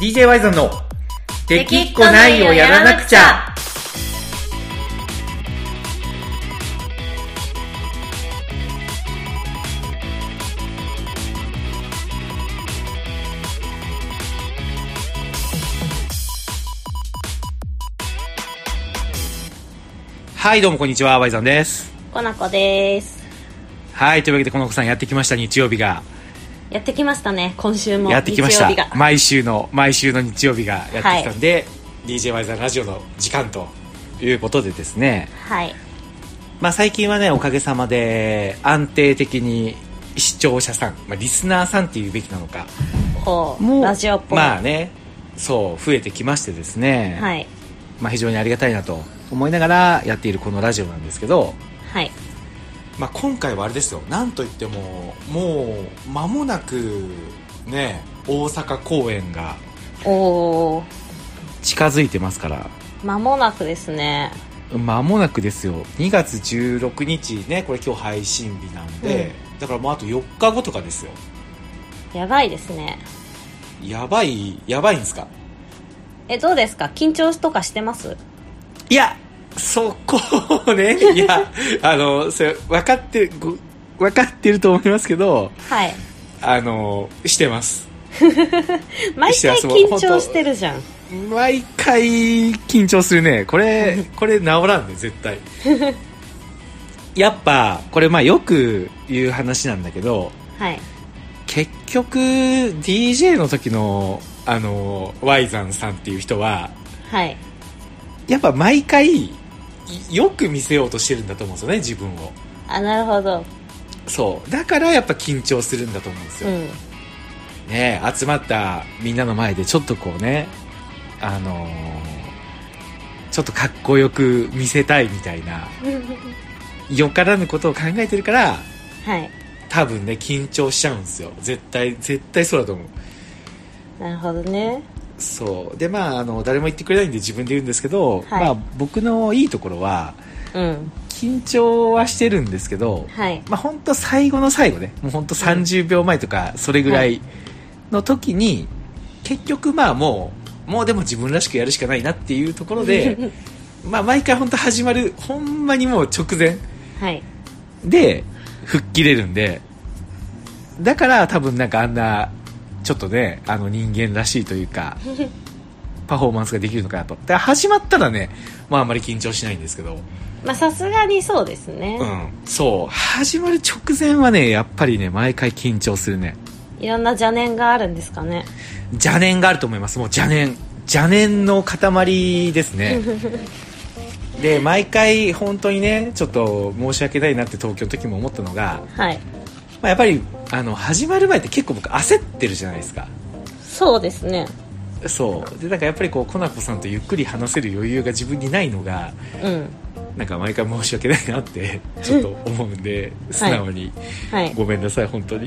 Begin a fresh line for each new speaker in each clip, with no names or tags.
DJ ワイゾンの「できっこないをやらなくちゃ」はいどうもこんにちはワイゾンです
コナコです
はいというわけでこの子さんやってきました日曜日が
やってきましたね今週も
やってきました
日曜日が
毎週の毎週の日曜日がやってきたんで、DJ ワイザーラジオの時間ということでですね、
はい
まあ、最近はねおかげさまで安定的に視聴者さん、まあ、リスナーさんっていうべきなのか
こうラジオっぽい、
まあねそう増えてきましてですね、
はい
まあ、非常にありがたいなと思いながらやっているこのラジオなんですけど、
はい
まあ、今回はあれですよなんといってももう間もなくね大阪公演が
おお
近づいてますから
間もなくですね
間もなくですよ2月16日ねこれ今日配信日なんで、だからもうあと4日後とかですよ
やばいですね
やばいやばいんですか
えどうですか緊張とかしてます
いやそこね いやあのそれ分かってるご分かってると思いますけど
はい
あのしてます
毎
してま
回
す
緊張してるじゃん
毎回緊張するねこ れこれ治らんね絶対やっぱこれまあよく言う話なんだけど
はい
結局 DJ の時のあのワイザンさんっていう人は
はい
やっぱ毎回いよく見せようとしてるんだと思うんですよね自分を
あなるほど
そうだからやっぱ緊張するんだと思うんです
う
よ、
ん
ねえ集まったみんなの前でちょっとこうねあのーちょっとかっこよく見せたいみたいなよからぬことを考えてるから
はい
多分ね緊張しちゃうんですよ絶対絶対そうだと思う
なるほどね
そうでまああの誰も言ってくれないんで自分で言うんですけど、
はい
まあ、僕のいいところは
うん
緊張はしてるんですけど、
はい
まあ、本当最後の最後ねもう本当30秒前とかそれぐらいの時に、結局まあもうもうでも自分らしくやるしかないなっていうところでまあ毎回本当始まるほんまにもう直前
はい
で吹っ切れるんでだから多分なんかあんなちょっとねあの人間らしいというかパフォーマンスができるのかなとで始まったらね、まあ、あまり緊張しないんですけど、
まあさすがにそうですね、
うん、そう始まる直前はねやっぱりね毎回緊張するね
いろんな邪念があるんですかね
邪念があると思いますもう邪念邪念の塊です ねで毎回本当にねちょっと申し訳ないなって東京の時も思ったのが
はい
まあ、やっぱりあの始まる前って結構僕焦ってるじゃないですか
そうですね
そうでなんかやっぱりこうコナコさんとゆっくり話せる余裕が自分にないのが
うん
なんか毎回申し訳ないなってちょっと思うんで素直に、
はい
ごめんなさい本当 に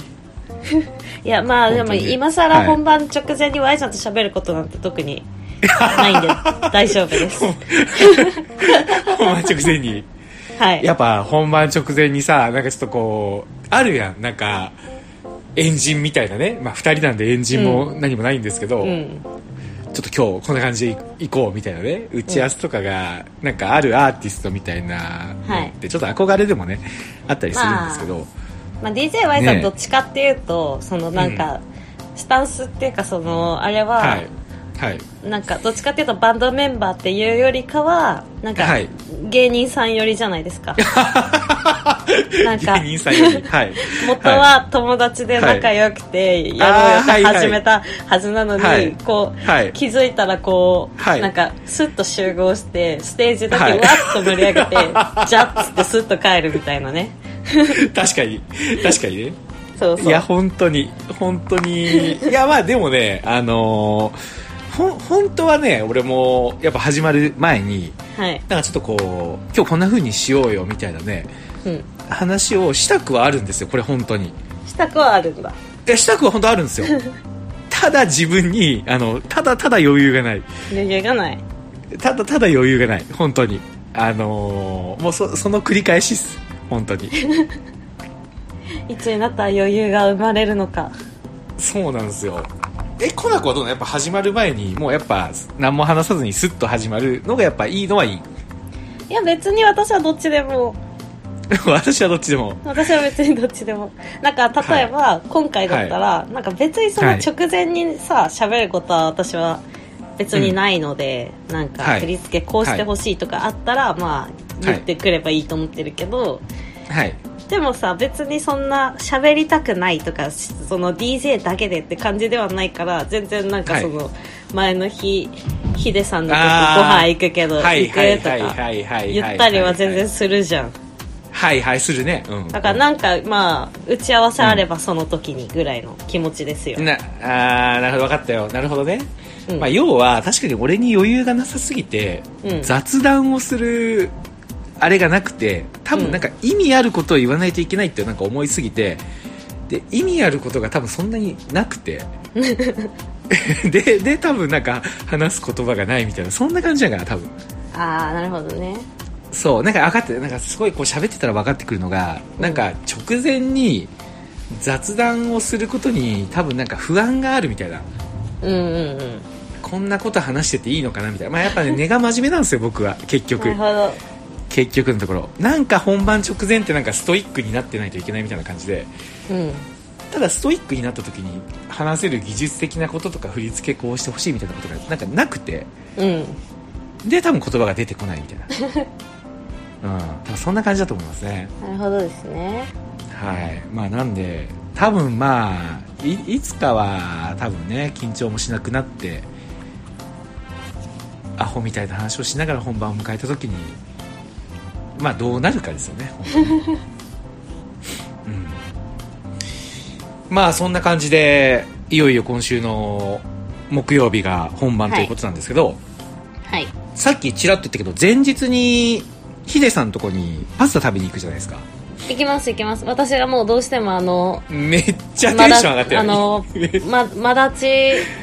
いやまあで
本
も
当に
今更
はい
本番直前に Y さんと喋ることなんて特 にないんで大丈夫です
本番直前に
はい
やっぱ本番直前にさなんかちょっとこうあるやんなんかエンジンみたいなね、まあ、2人なんでエンジンも何もないんですけど、
うん
ちょっと今日こんな感じで行こうみたいなね打ち合わせとかがなんかあるアーティストみたいなのってちょっと憧れでもねあったりするんですけど、
まあ、DJY さ
ねえ
んどっちかっていうと、そのなんか、スタンスっていうかそのあれは、
はいはい
なんかどっちかっていうとバンドメンバーっていうよりかはなんか
はい
芸人さん寄りじゃないで すかなんか
芸人さんよりはい
元は友達で仲良くてやろうよって始めたはずなのに、
はい
こう、
はい
気づいたらこう、
はい
なんかスッと集合してステージだけ
はい
わっと盛り 上げて、じゃっつってスッと帰るみたいなね
確かに確かにね
そうそう
いや本当に本当にいやまあでもねあのーほん本当はね俺もやっぱ始まる前に
はい、
なんかちょっとこう今日こんな風にしようよみたいなね
うん、
話をしたくはあるんですよこれ本当に
支度はあるんだ
えしたくは本当あるんですよ ただ自分にあのただただ余裕がない
余裕がない
ただただ余裕がない本当にあのーもうそその繰り返しっす本当に
いつになったら余裕が生まれるのか
そうなんですよえコナコはどうなのやっぱ始まる前にもうやっぱ何も話さずにスッと始まるのがやっぱいいの はいい
いや別に私はどっちでも
私はどっちでも
私は別にどっちでもなんか例えば、今回だったら、なんか別にその
はい
直前にさ喋、ることは私は別にないので、なんか
はい
振り付けこうしてほしいとかあったら、まあ言ってくればいいと思ってるけど、
はい
でもさ別にそんな喋りたくないとかしその DJ だけでって感じではないから全然なんか
はい
その前の日、ヒデさんのとこご
あー
飯行くけど
はい
行
はい
くと
はいは
か
いはい
言ったりは全然するじゃん
はいはいするねうん
だからなんかまあ打ち合わせあればその時にぐらいの気持ちですよ、
なあーなるほど分かったよなるほどね、
うん
まあ、要は確かに俺に余裕がなさすぎて、
うん
雑談をするあれがなくて多分なんか意味あることを言わないといけないってなんか思いすぎてで意味あることが多分そんなになく てでで多分なんか話す言葉がないみたいなそんな感じだから多分
ああなるほどね
そうなんか分かってなんかすごいこう喋ってたら分かってくるのがなんか直前に雑談をすることに多分なんか不安があるみたいな
うんうんうん
こんなこと話してていいのかなみたいな、まあ、やっぱね根が真面目なんですよ僕は結
なる
局
ほど
結局のところなんか本番直前ってなんかストイックになってないといけないみたいな感じで
うん
ただストイックになった時に話せる技術的なこととか振り付けこうしてほしいみたいなことがなんかなくて
うん
で多分言葉が出てこないみたい な、うん、多分そんな感じだと思いますね
なるほどですね
はいまあなんで多分まあいいつかは多分ね緊張もしなくなってアホみたいな話をしながら本番を迎えた時にまあどうなるかですよね本当にうんまあそんな感じでいよいよ今週の木曜日が本番ということなんですけど、
はい
さっきちらっと言ったけど前日にヒデさんのとこにパスタ食べに行くじゃないですか
行きます行きます私がもうどうしてもあの
めっちゃテンション上がってる
まだあ のままだち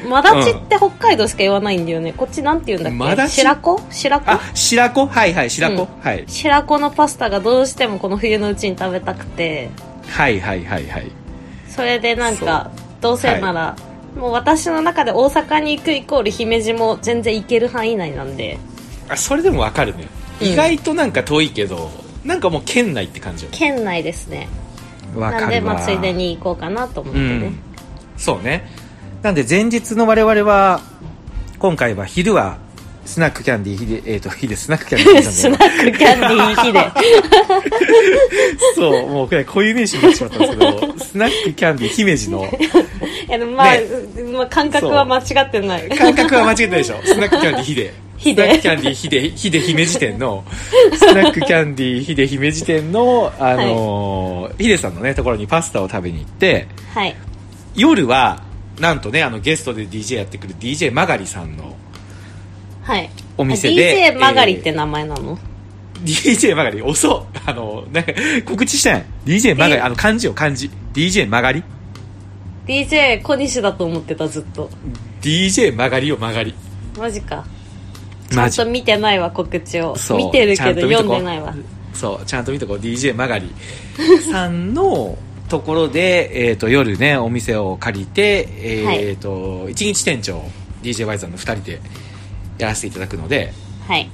まだちって北海道しか言わないんだよね、こっちなんて言うんだっけ
まだち
白子白子
あ白子はいはい白子、
うん
はい、
白子のパスタがどうしてもこの冬のうちに食べたくて
はいはいはいはい
それでなんかどうせなら、もう私の中で大阪に行くイコール姫路も全然行ける範囲内なんで
あそれでもわかるね
うん
意外となんか遠いけど、なんかもう県内って感じよね
県内ですね
わ
なんでまあついで
に
に行こうかなと思っ
う
て
ん
ね、
そうねなんで前日の我々は今回は昼はスナックキャンディーひでえっ、と ひでスナックキャンディー
ス
さん
ナッ
で
クキャンディーヒで
そうもうこれ固有名詞になってしまったんですけ どスナックキャンディー姫路の
いやでもまあ、
ね
まあ感覚は間違ってない
感覚は間違ってないでしょスナックキャンディーヒデ
ヒ
スナ
デ
ックキャンディーヒデヒデ姫路店のスナックキャンディーヒデ姫路店のあのーヒデさんのねところにパスタを食べに行って
はい
夜はなんとねあのゲストで DJ やってくる DJ マガリさんの
はい。
お店で
あ DJ 曲がりって名前なの、
DJ マガリ遅っあのなんか告知したやん DJ マガリあの漢字を漢字 DJ マガリ
DJ 小西だと思ってた、ずっと。
DJ マガリをマガリ
マジか。ちゃ
マ
ん
ジ
と見てないわ、告知を。
そう
見てるけど
ちゃ
読
と
ん
見とこ
でないわ。
そうちゃんと見とこう DJ マガ リさんのところで、えー、と夜ねお店を借りて、えー
はい
と一日店長 DJ ワイザーの2人でやらせていただくので
はい。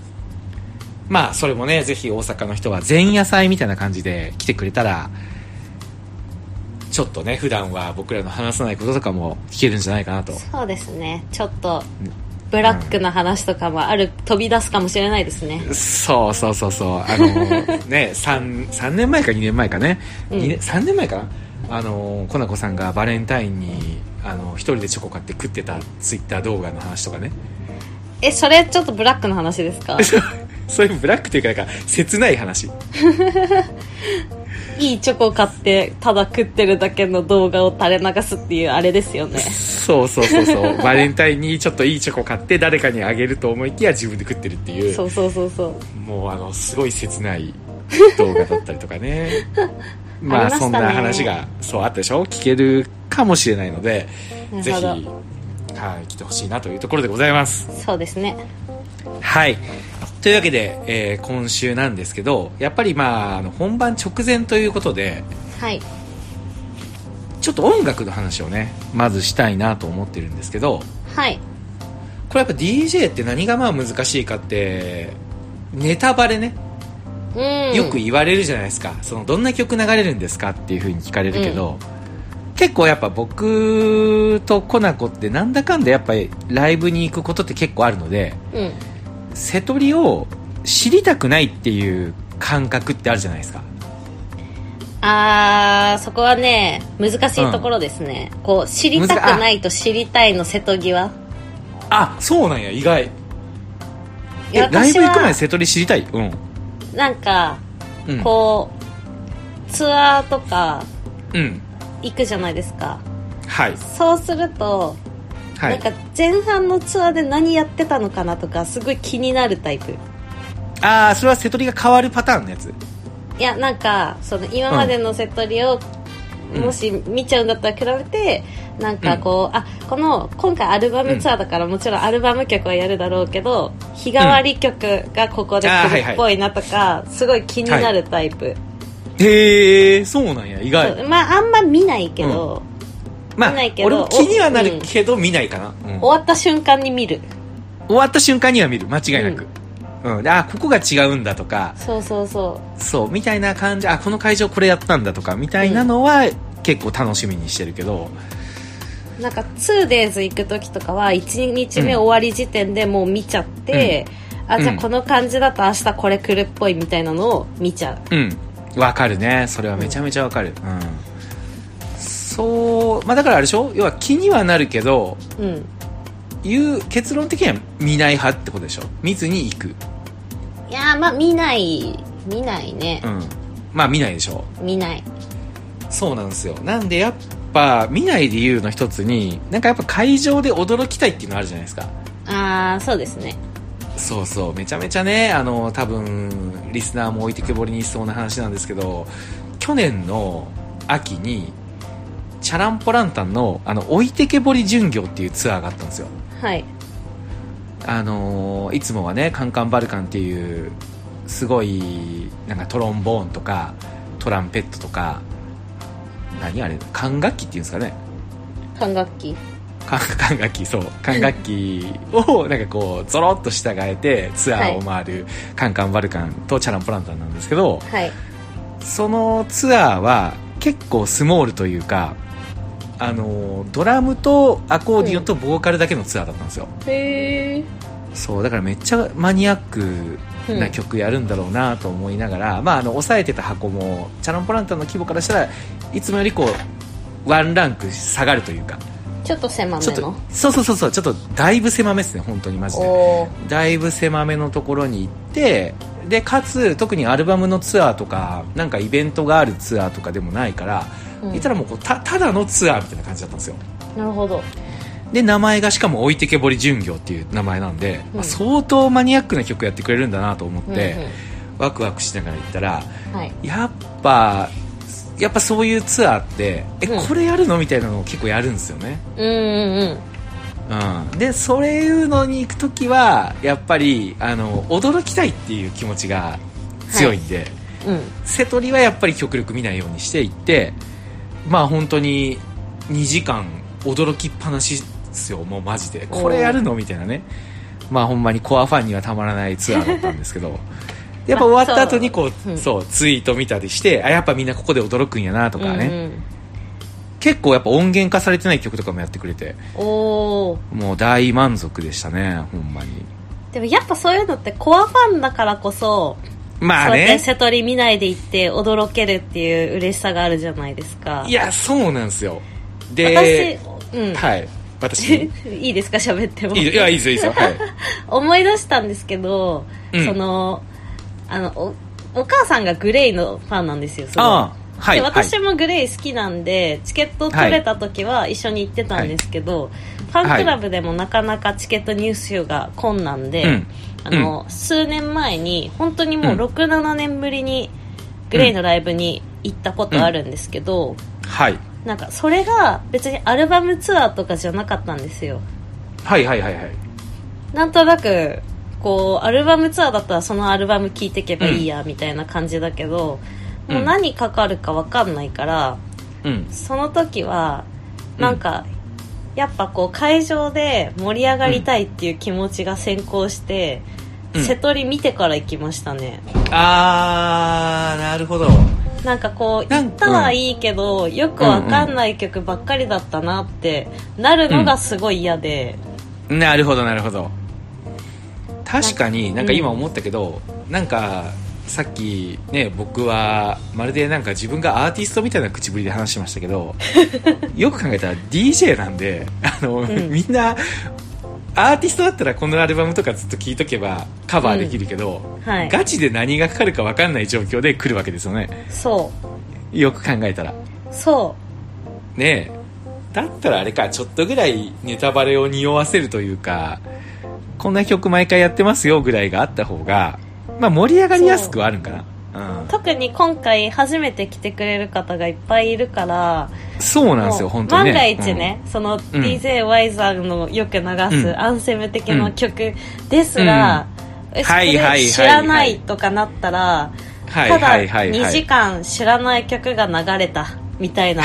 まあそれもねぜひ大阪の人は前夜祭みたいな感じで来てくれたらちょっとね普段は僕らの話さないこととかも聞けるんじゃないかなと
そうですね。ちょっと、ブラックな話とかもある、飛び出すかもしれないですね。
そうそうそうそうあの ね 3, 3年前か2年前かね、
うん
二年3年前かなあのコナコさんがバレンタインにあの一人でチョコ買って食ってたツイッター動画の話と かね
え、それちょっとブラックの話です か
そういうブラックというかなんか切ない話
いいチョコ買って、ただ食ってるだけの動画を垂れ流すっていうあれですよね。
そうそうそうそう バレンタインにちょっといいチョコ買って誰かにあげると思いきや自分で食ってるっていう
そうそうそうそう。
もうあのすごい切ない動画だったりとか ねまあ
ありましたね
そんな話がそうあったでしょ聞けるかもしれないので
な
ぜ
る
ひ、
ほど
はい、来てほしいなというところでございます
そうですね。
はいというわけで、えー今週なんですけどやっぱりまああの本番直前ということで
はい。
ちょっと音楽の話をねまずしたいなと思ってるんですけど
はい
これやっぱ DJ って何がまあ難しいかってネタバレね
うん
よく言われるじゃないですか、そのどんな曲流れるんですかっていう風に聞かれるけど、結構やっぱ僕とコナコってなんだかんだやっぱりライブに行くことって結構あるので
うん
瀬戸りを知りたくないっていう感覚ってあるじゃないですか
あーそこはね難しいところですね、こう知りたくないと知りたいの瀬戸際
あそうなんや意外
い
え
や
ライ
私
ブ行く前
は
瀬戸り知りたいうん、
なんか
うん、
こうツアーとか
うん
行くじゃないですか
はい
そうすると、
は
ないんか前半のツアーで何やってたのかなとかすごい気になるタイプ
ああそれは瀬戸りが変わるパターンのやつ
いやなんかその今までのセトリを
うん
もし見ちゃうんだったら比べて、なんかこう、あこの今回アルバムツアーだからもちろんアルバム曲はやるだろうけど日替わり曲がここで
あーは
来
い
る
はい
っぽいなとか、すごい気になるタイプ、
へえそうなんや意外
そうまああんま見ないけど、
まあ
見ないけど
俺も気にはなるけど見ないかな、うん
終わった瞬間に見る
終わった瞬間には見る間違いなく、うんであここが違うんだとか
そうそうそ
そうみたいな感じあこの会場これやったんだとかみたいなのは、結構楽しみにしてるけど
うなんか 2days 行く時とかは1日目終わり時点でもう見ちゃって、あじゃあこの感じだと明日これ来るっぽいみたいなのを見ちゃう
うんわかるねそれはめちゃめちゃわかるうん、そうまあだからあれでしょ要は気にはなるけど
うん
いう結論的には見ない派ってことでしょ見ずに行く
いやーまあ見ない見ないね
う、んまあ見ないでしょ
見ない
そうなんですよなんでやっぱ見ない理由の一つになんかやっぱ会場で驚きたいっていうのあるじゃないですか
ああそうですね
そうそうめちゃめちゃねあの多分リスナーも置いてけぼりにしそうな話なんですけど去年の秋にチャランポランタンのあの置いてけぼり巡業っていうツアーがあったんですよ
はい
あのーいつもはねカンカンバルカンっていうすごいなんかトロンボーンとかトランペットとか何あれ管楽器っていうんですかね
管楽器
管管楽器そう管楽器をなんかこうゾロッと従えてツアーを回る、カンカンバルカンとチャランポランタンなんですけど
はい
そのツアーは結構スモールというかあのドラムとアコーディオンとボーカルだけのツアーだったんですよ、
へえ
そうだからめっちゃマニアックな曲やるんだろうなと思いながら、まああの抑えてた箱もチャランポランタンの規模からしたらいつもよりこうワンランク下がるというか
ちょっと狭め
ちょっ
の
とそうそうそうそうちょっとだいぶ狭めですね本当にマジで
おお
だいぶ狭めのところに行ってでかつ特にアルバムのツアーとかなんかイベントがあるツアーとかでもないから、
うん
言ったらもうこうたただのツアーみたいな感じだったんですよ
なるほど
で名前がしかも置いてけぼり巡業っていう名前なんで、
うん
まあ相当マニアックな曲やってくれるんだなと思っ
うん
て、ワクワクしながら行ったら
うんはい
やっぱやっぱそういうツアーってえ、
うん
これやるのみたいなのを結構やるんですよね、
うんうんうん
うん、でそういうのに行く時はやっぱりあの驚きたいっていう気持ちが強いんで、
うん
瀬戸りはやっぱり極力見ないようにしていってまあ本当に2時間驚きっぱなしですよもうマジでこれやるのみたいなねまあほんまにコアファンにはたまらないツアーだったんですけ どやっぱ終わった後にこう,、
そううん
そうツイート見たりしてあやっぱみんなここで驚くんやなとかね、
うん
結構やっぱ音源化されてない曲とかもやってくれて
うん、おお
もう大満足でしたねほんまに
でもやっぱそういうのってコアファンだからこそ、
まあ
そうやって
ね
瀬戸り見ないで行って驚けるっていう嬉しさがあるじゃないですか
いやそうなんですよ
私
で、
うん、
はい私い
いいですか喋っても
いいやいいですよいいですよはい
思い出したんですけど、
うん
そのあのおお母さんがグレイのファンなんですよすごい
ああはい
で私
は
もグレイ好きなんでチケット取れた時は一緒に行ってたんですけど、ファンクラブでもなかなかチケット入手が困難で、
いうん
あの数年前に本当にもう
うん
67年ぶりにグレイのライブに行ったことあるんですけど、
はい
なんかそれが別にアルバムツアーとかじゃなかったんですよ
はいはいはいはい
なんとなくこうアルバムツアーだったらそのアルバム聴いてけばいいやみたいな感じだけど、
うん
もう何かかるか分かんないから、
うん
その時は
うん
なんか、やっぱこう会場で盛り上がりたいっていう気持ちが先行して、
うん
瀬戸り見てから行きましたね
あーなるほど
なんかこう
な
行
ん
ったはいいけど、よくわかんない曲ばっかりだったなってなるのがすごい嫌で、
なるほどなるほど確かになんか今思ったけど、なんかさっきね僕はまるでなんか自分がアーティストみたいな口ぶりで話してましたけ どよく考えたら DJ なんであの、
ん
みんなアーティストだったらこのアルバムとかずっと聴いとけばカバーできるけど、
はい
ガチで何がかかるか分かんない状況で来るわけですよね
そ
よく考えたら
うそ
ねえだったらあれかちょっとぐらいネタバレを匂わせるというかこんな曲毎回やってますよぐらいがあった方がまあ盛り上がりやすくはあるんかな
う特に今回初めて来てくれる方がいっぱいいるから
うん、そうなんですよ
もう
本当にね
万が一ね、その DJ ワイザーのよく流
うん
すアンセム的な曲ですら、えそ
はい
れ
はいはいはい
知らないとかなったら、
うんはいはいはい
ただ
は
2時
い
間知らない曲が流れたみた いな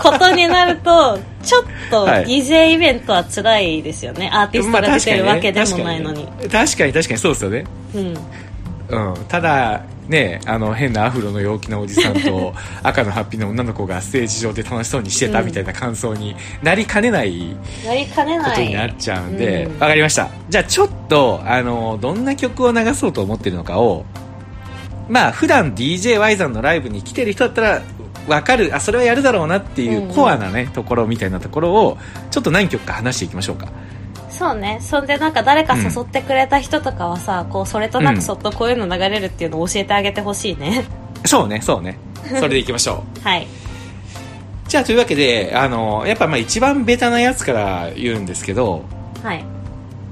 ことになるとちょっと
はい
DJ イベントは辛いですよねアーティストが出てるわけでもないのに,、
まあ確かね確かに確かにそうですよね
うん
うん、ただねあの変なアフロの陽気なおじさん と赤のハッピーの女の子がステージ上で楽しそうにしてたみたいな感想になりかねない
なりかね
こ
な
と
い
になっちゃうんで、
うん
わかりましたじゃあちょっとあのどんな曲を流そうと思ってるのかをまあ普段 DJY さんのライブに来てる人だったらわかるあそれはやるだろうなってい
うん
う
うん
コアなね、ところみたいなところをちょっと何曲か話していきましょうか
そうねそんでなんか誰か誘ってくれた人とかはさ、こうそれとなくそっとこういうの流れるっていうのを教えてあげてほしいね
そうねそう ねそれでいきましょう
はい
じゃあというわけであのやっぱまあ一番ベタなやつから言うんですけど、
はい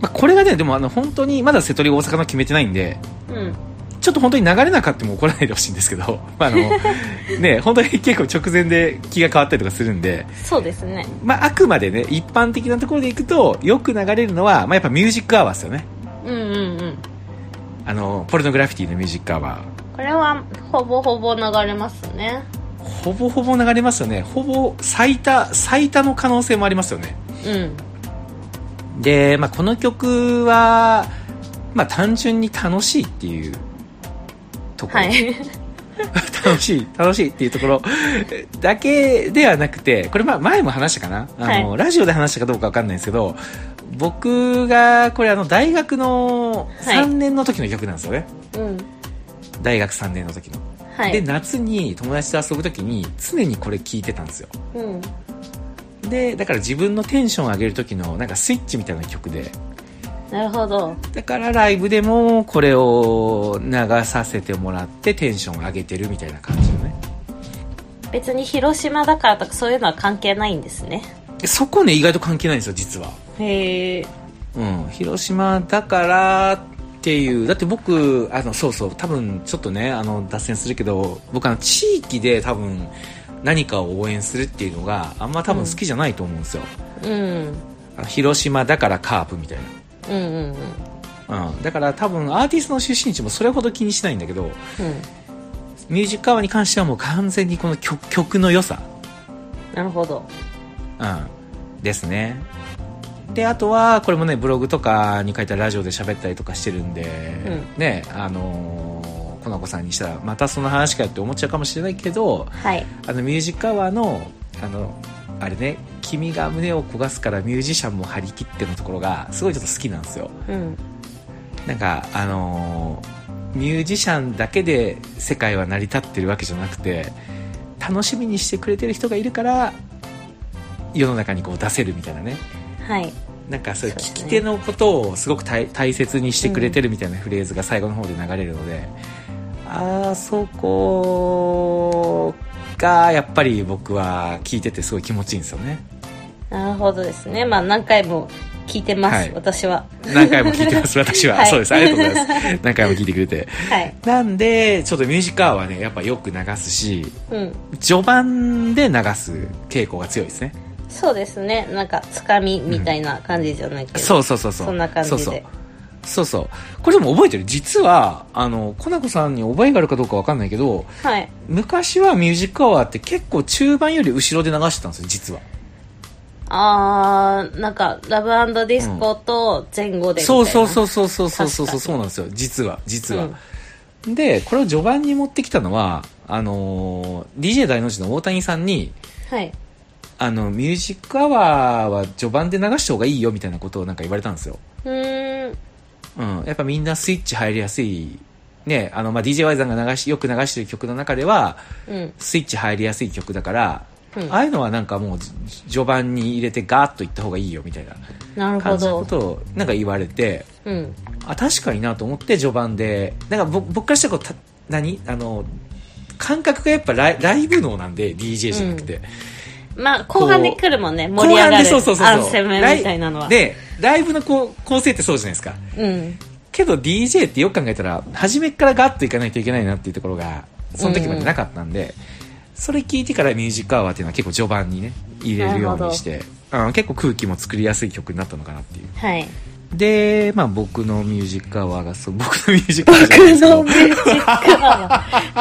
まあ、これがねでもあの本当にまだ瀬戸り大阪の決めてないんで
うん
ちょっと本当に流れなかったも怒らないでほしいんですけど、 まああのね、本当に結構直前で気が変わったりとかするんで、
そうですね
まあ、あくまでね一般的なところでいくとよく流れるのは、まあ、やっぱミュージックアワーですよね
うんうんうん
あのポルノグラフィティのミュージックアワー
これはほぼほぼ流れますね
ほぼほぼ流れますよねほぼ最多最多の可能性もありますよね
うん
で、まあ、この曲は、まあ、単純に楽しいっていうところ、
はい
楽しい楽しいっていうところだけではなくてこれまあ前も話したかなあの、
は
ラジオで話したかどうかわかんないんですけど僕がこれあの大学の3年の時の曲なんですよね、
うん
大学3年の時の、
は
で
い
夏に友達と遊ぶ時に常にこれ聞いてたんですよ
うん
でだから自分のテンション上げる時のなんかスイッチみたいな曲で
なるほど
だからライブでもこれを流させてもらってテンション上げてるみたいな感じのね
別に広島だからとかそういうのは関係ないんですね
そこね意外と関係ないんですよ実は
へえ
うん、広島だからっていうだって僕あのそうそう多分ちょっとねあの脱線するけど僕あの地域で多分何かを応援するっていうのがあんま多分好きじゃないと思うんですよ、
うん
あの広島だからカープみたい
うんうんうん
な、うん、だから多分アーティストの出身地もそれほど気にしないんだけど
うん
ミュージックアワーに関してはもう完全にこの曲曲の良さ、
なるほど
うん、ですねであとはこれもねブログとかに書いたりラジオで喋ったりとかしてるんで、
う
ねあのー、コナコさんにしたらまたその話かよって思っちゃうかもしれないけど
はい
あのミュージックアワーのあのあれね「君が胸を焦がすからミュージシャンも張り切って」のところがすごいちょっと好きなんですよ
うん
なんかあのーミュージシャンだけで世界は成り立ってるわけじゃなくて楽しみにしてくれてる人がいるから世の中にこう出せるみたいなね
はい
なんかそういう
そうです
聞
ね
き手のことをすごく大大切にしてくれてるみたいなフレーズが最後の方で流れるので、あそこがやっぱり僕は聞いててすごい気持ちいいんですよね
なるほどですねまあ何回も聞いてます、
はい
私は
何回も聞いてます私は、
はい
そうですありがとうございます何回も聞いてくれて
はい
なんでちょっとミュージックアワーはねやっぱよく流すし
うん
序盤で流す傾向が強いですね
そうですねなんかつかみみたいな感じじゃないけど、
そうそうそうそう
そんな感じで
そうそうそうそうこれでも覚えてる実はあのコナコさんに覚えがあるかどうかわかんないけど
はい。
昔はミュージックアワーって結構中盤より後ろで流してたんですよ実は
あー、なんか、ラブディスコと前後でみたい
そ
な、。
うそうそううそうそうそうそうそ
確か
う
に
そうなんですよ実は実は、でこれを序盤に持ってきたのはあのー DJ 大の字の大谷さんに
はい。
あのミュージックアワーは序盤で流した方がいいよみたいなことをなんか言われたんですよ、
うーん。
うん、やっぱみんなスイッチ入りやすいねあの、まあ、DJY さんが流しよく流してる曲の中では
うん。
スイッチ入りやすい曲だから、
うん
ああいうのはなんかもうじ序盤に入れてガーッといった方がいいよみたいな
なるほ
感じの
ど
こ。とをなんか言われて
うん。
あ確かになと思って序盤でなんかぼ僕からしたらこうた何あの感覚がやっぱライライブ能なんで DJ じゃなくて、
まあ、後半で来るもんね、盛
後
り上
半
が
で
る。
そうそうそう
ア
そう
ンセムみたいなの
ラ
は。
イでライブのこう構成ってそうじゃないですか
うん。
けど DJ ってよく考えたら初めからガッといかないといけないなっていうところがその時までなかったんで、それ聞いてからミュージックアワーっていうのは結構序盤にね入れるようにして、うん、結構空気も作りやすい曲になったのかなっていう
はい。
でまあ僕のミュージックアワーがそう僕のミュージックアワー
僕
じゃないですけど
のミュージッ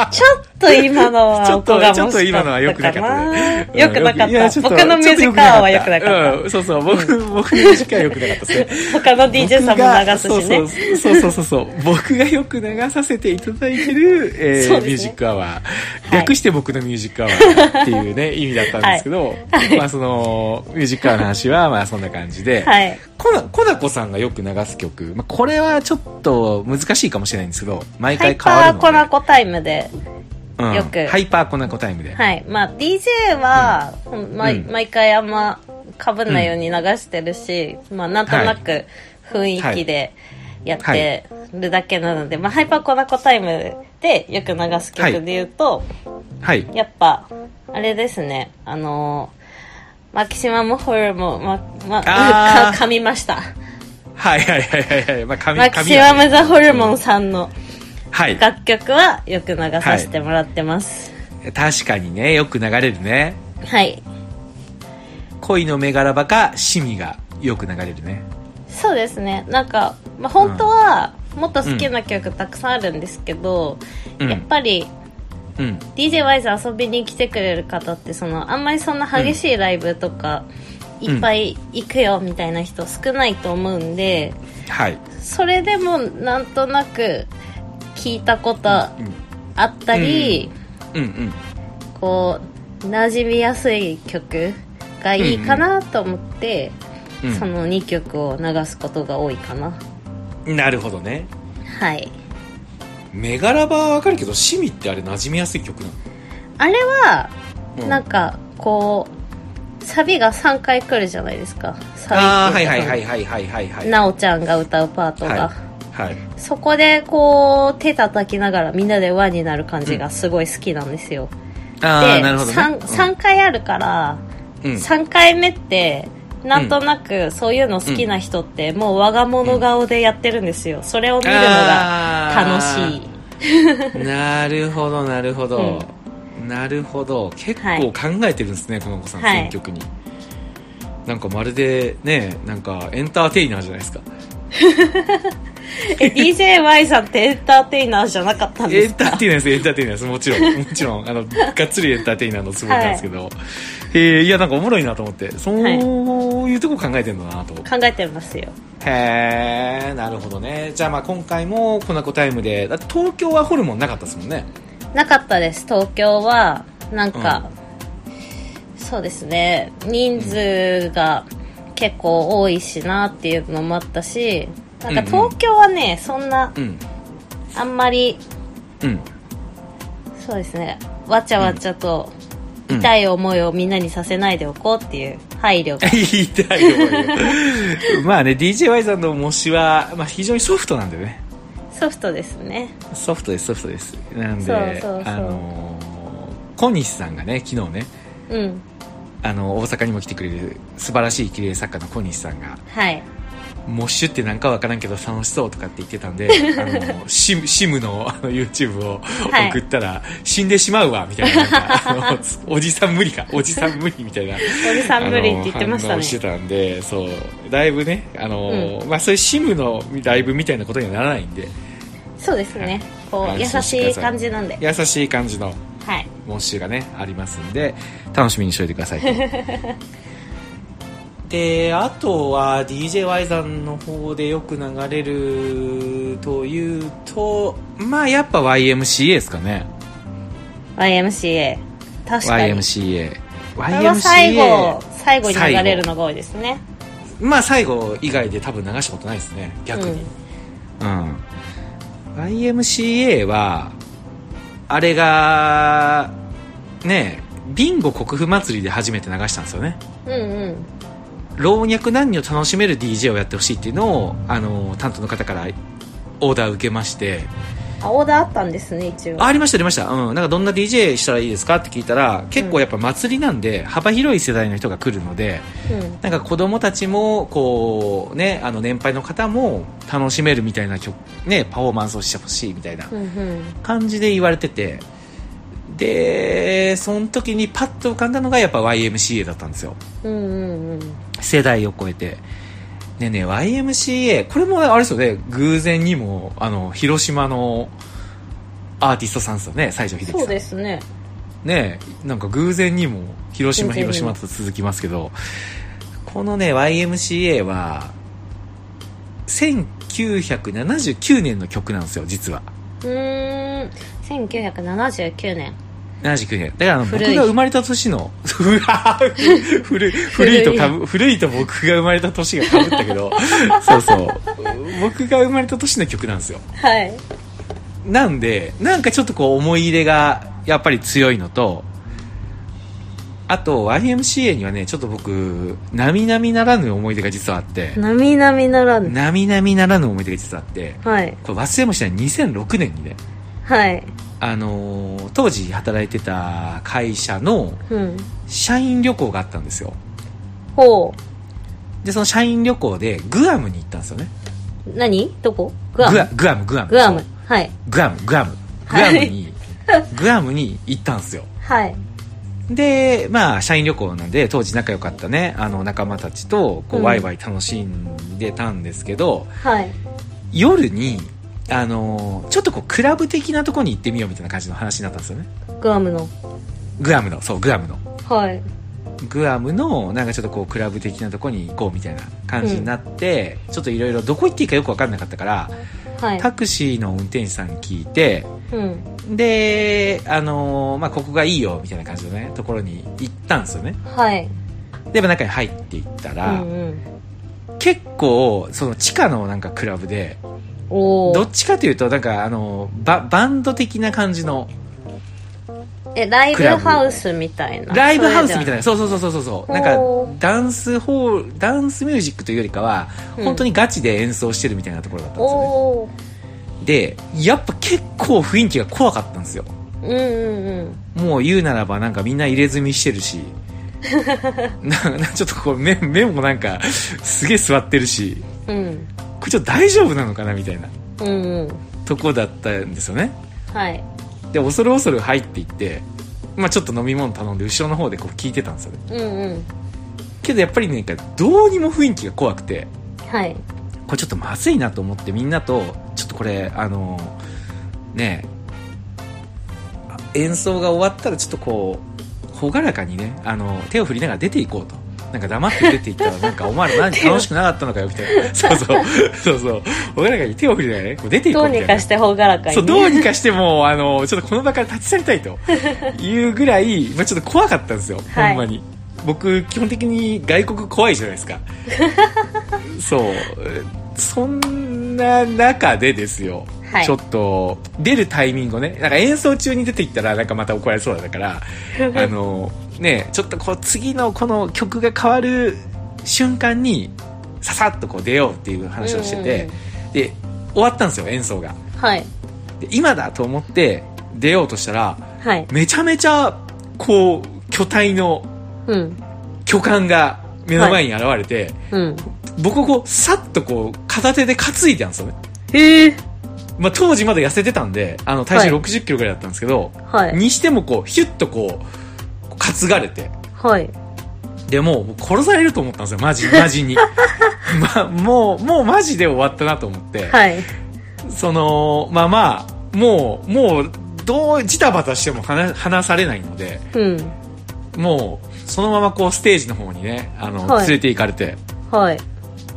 クは、ちょっと今のは、
ちょっと
おこがまし
ちょっと今のは良くなかったね
良くなかっ
いやち
た。
ょっと
僕のミュージックアワーは良くなかっ
うん、そう そう僕,、僕のミュージックアワーは良くなかったですね
た。他の DJ さんも流すしね。
そうそうそうそうそうそう僕がよく流させていただいてる、えー
そうですね
ミュージックアワー、
い
略して僕のミュージックアワーっていう ね意味だったんですけど、まあそのミュージックアワーの話はまあそんな感じで、
はい。
コナコナコさんがよく流す曲、まあ、これはちょっと難しいかもしれないんですけど毎
ハ
回
イパ
変わるの
ー
で
コナコタイムで。
うん
よく
ハイパーコナコタイムで、
はい。まあ、DJ は、ま
うん
毎回あんま被んないように流してるし、まあ、なんとなく雰囲気でやってるだけなので、まあ、ハイパーコナコタイムでよく流す曲で言うと、
はい
やっぱ、あれですね、あのーマキシマムホルも、ま、ま、
あー
か噛みました。
はいはいはいはいはいまあ髪
マキ
髪
シ
は
マ
ね
ムザホルモンさんの
はい
楽曲はよく流させてもらってます。
確かにねよく流れるね
はい。
恋の銘柄ばかシミがよく流れるね
そうですね。なんか、まあ、本当は、もっと好きな曲たくさんあるんですけど、
うん
やっぱり、
うん、
DJWISE 遊びに来てくれる方って、その、あんまりそんな激しいライブとか、いっぱい行くよみたいな人少ないと思うんで、
はい、
それでもなんとなく聞いたことあったり、
うんうん、
こう馴染みやすい曲がいいかなと思って、
うん
その2曲を流すことが多いかな
なるほどね。
はい
メガラバはわかるけど、シミってあれ馴染みやすい曲なの。
あれは
うん
なんかこうサビが3回来るじゃないですか
あ
サ
あ、
ビ
は
っ
い
て
う
か
はいはいはいはいはいはい。
なおちゃんが歌うパートが、
はい。はい。
そこでこう手叩きながらみんなで輪になる感じがすごい好きなんですよ、
ああ、
で
なるほど、ね。
三三回あるから、
うん、うん
三回目ってなんとなくそういうの好きな人ってもう我が物顔でやってるんですよそれを見るのが楽しい
しい。なるほど、なるほど。なるほど。結構考えてるんですね、この子さん、
はい
選曲に。なんかまるでね、なんかエンターテイナーじゃないですか。
え DJY さんってエンターテイナーじゃなかったんで
エ
す
ンター
か
テイナーです、エンターテイナーです。もちろ ん、もちろん、あの、がっつりエンターテイナーのつもりなんですけど。えーいや、なんかおもろいなと思って、そういうとこ考えてんだなと。
考えてますよ
へー、なるほどね。じゃあまあ今回も、コナコタイムで、だって東京はホルモンなかったですもんね。
なかったです東京はなんか、そうですね人数が結構多いしなっていうのもあったしなんか東京はね、そんな
うん。
あんまり
うん。
そうですねわちゃわちゃと
うん
痛い思いをみんなにさせないでおこうっていう配慮が、
言いたいよ。俺まあね、DJY さんの模試は、まあ非常にソフトなんでね。
ソフトですね
ソフトです、ソフトです。なんで、
そうそうそう
あのー小西さんがね、昨日ね、
うん
あの大阪にも来てくれる素晴らしい綺麗作家の小西さんが
はい
モッシュってなんかわからんけど楽しそうとかって言ってた んであのシシムのあの YouTube を
はい
送ったら、死んでしまうわみたいななんかあのおじさん無理かおじさん無理みたいな
おじさん無理って言ってまし
あの反
た
応
ね
してたんでそうだいぶねあの、まあ、そういうシムのライブみたいなことにはならないんで
そうですねこう優
安心
して
くだ
い
さ
感じなんで
優しい感じの
はい
モッシュがねありますんで楽しみにしておいてくださいと であとは DJY さんの方でよく流れるというとまあやっぱ YMCA ですかね
YMCA 確かに
YMCA
これは最後
YMCA
最後に流れるのが多いですね
まあ最後以外で多分流したことないですね逆に、うん、YMCA はあれがねビンゴ国府祭りで初めて流したんですよね
うんうん
老若男女楽しめる DJ をやってほしいっていうのをあの担当の方からオーダー受けまして
あオーダーあったんですね一応
あありましたありました、うん、なんかどんな DJ したらいいですかって聞いたら結構やっぱ祭りなんで幅広い世代の人が来るので
うん
なんか子供たちもこう、ね、あの年配の方も楽しめるみたいな曲、ね、パフォーマンスをしてほしいみたいな
うんうん
感じで言われててでその時にパッと浮かんだのがやっぱ YMCA だったんですよ
うんうんうん
世代を超えてでね YMCA これもあれですよね偶然にもあの広島のアーティストさんですよね西城秀樹
そ
さ
うんですね
ねえなんか偶然にも広島
偶然にも
広島と続きますけどこのね YMCA は1979年の曲なんですよ実は
うーん1979年
79年だからあの僕
古い
が生まれた年の 古い古い古いとかぶ古いと僕が生まれた年がかぶったけどそうそう僕が生まれた年の曲なんですよ
はい
なんでなんかちょっとこう思い入れがやっぱり強いのとあと YMCA にはねちょっと僕並々ならぬ思い出が実はあって
なみなみならぬ
並々ならぬ思い出が実はあって
はい
これ忘れもしない2006年にね
はい
あのー当時働いてた会社の
うん
社員旅行があったんですよ
ほ
でその社員旅行でグアムに行ったんですよね
う何どこグ
グ
アム
アグアムグアム
グアム
そう
はい
グアムグアムグアムに、グアムに行ったんですよ
はい
でまあ社員旅行なんで当時仲良かったねあの仲間たちとこ
う
うんワイワイ楽しんでたんですけど、
はい
夜にあのーちょっとこうクラブ的なとこに行ってみようみたいな感じの話になったんですよね
グアムの
グアムのそうグアムの
はい
グアムのなんかちょっとこうクラブ的なとこに行こうみたいな感じになって、ちょっといろいろどこ行っていいかよく分かんなかったから
はい
タクシーの運転手さんに聞いて
うん
であのーまあここがいいよみたいな感じのねところに行ったんですよね
はい
でまあ中に入っていった
う
ら、
んうん
結構その地下のなんかクラブで
お
ど
お
っちかというとなんかあのババンド的な感じの
えライブ
クラブ
ハウスみたいな
ライブハウスみたい
な
なそうそうそうそうそうそう
ほう
なんかダンスホールダンスミュージックというよりかは、
うん
本当にガチで演奏してるみたいなところだったんですよね
おお
でやっぱ結構雰囲気が怖かったんですよ
うんうんうん
もう言うならばなんかみんな入れ墨してるしななちょっとこう目目もなんかすげえ座ってるし
うん
これちょっと大丈夫なのかなみたいな
うんうん
とこだったんですよね
はい
で恐る恐る入っていって、まあ、ちょっと飲み物頼んで後ろの方でこう聞いてたんですよね
うんうん
けどやっぱりねなんかどうにも雰囲気が怖くて
はい
これちょっとまずいなと思ってみんなとちょっとこれあのねあ演奏が終わったらちょっとこう朗らかにねあの手を振りながら出ていこうと。なんか黙って出ていったらなんかお前ら何楽しくなかったのかよみたい なそうそうそうそう朗らかに手を振りながらねこう出ていこ
ど
う
う
みたい
に
な
かして朗らかに
そうどうにかしてもう あのちょっとこの場から立ち去りたい というぐらい、まあ、ちょっと怖かったんですよ、
はい
ほんまに僕基本的に外国怖いじゃないです かそうそんな中でですよ、
はい
ちょっと出るタイミングをねなんか演奏中に出ていったらなんかまた怒られそうだからあのねちょっとこう次のこの曲が変わる瞬間にささっとこう出ようっていう話をしてて、
うんう
で終わったんですよ演奏が
はい
で今だと思って出ようとしたら
はい
めちゃめちゃこう巨体の
うん
巨漢が目の前に現れて、
うん
僕をこう、さっとこう、片手で担いでたんですよね。
へえ。
まあ、当時まだ痩せてたんで、あの、体重60キロぐらいだったんですけど、
はい
にしてもこう、ヒュッとこう、こう担がれて、
はい。
でもう殺されると思ったんですよ、マジ、マジ に。ま、もう、もうマジで終わったなと思って、
はい。
その、まあまあ、もう、もう、どう、ジタバタしても話話されないので、
うん。
もう、そのままこう、ステージの方にね、あの、
はい
連れて行かれて、
はい。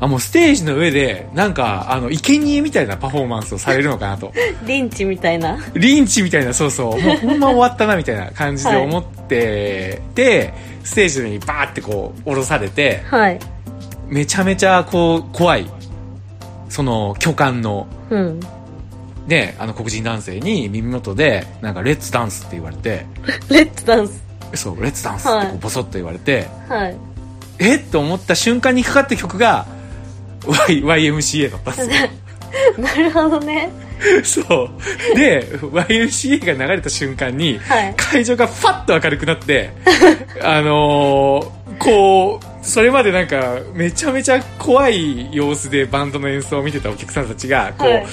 あ、もうステージの上で、なんか、あの、生贄みたいなパフォーマンスをされるのかな と。
リンチみたいな。
リンチみたいな、そうそう、もうほんま終わったなみたいな感じで思って、で、ステージの上にバーってこう、降ろされて、
はい。
めちゃめちゃこう、怖い、その、巨漢の、
うん。
ね、あの黒人男性に耳元で、なんか、レッツダンスって言われて、
レッツダンス。
そう、レッツダンスってこ
は
う
い
ボソッと言われて、
はい。
えっと思った瞬間にかかった曲が、Y、YMCA だったんですよ。
なるほどね。
そう。で、YMCA が流れた瞬間に、
はい。
会場がファッと明るくなって、あのーこう、それまでなんか、めちゃめちゃ怖い様子でバンドの演奏を見てたお客さんたちが、こう、
はい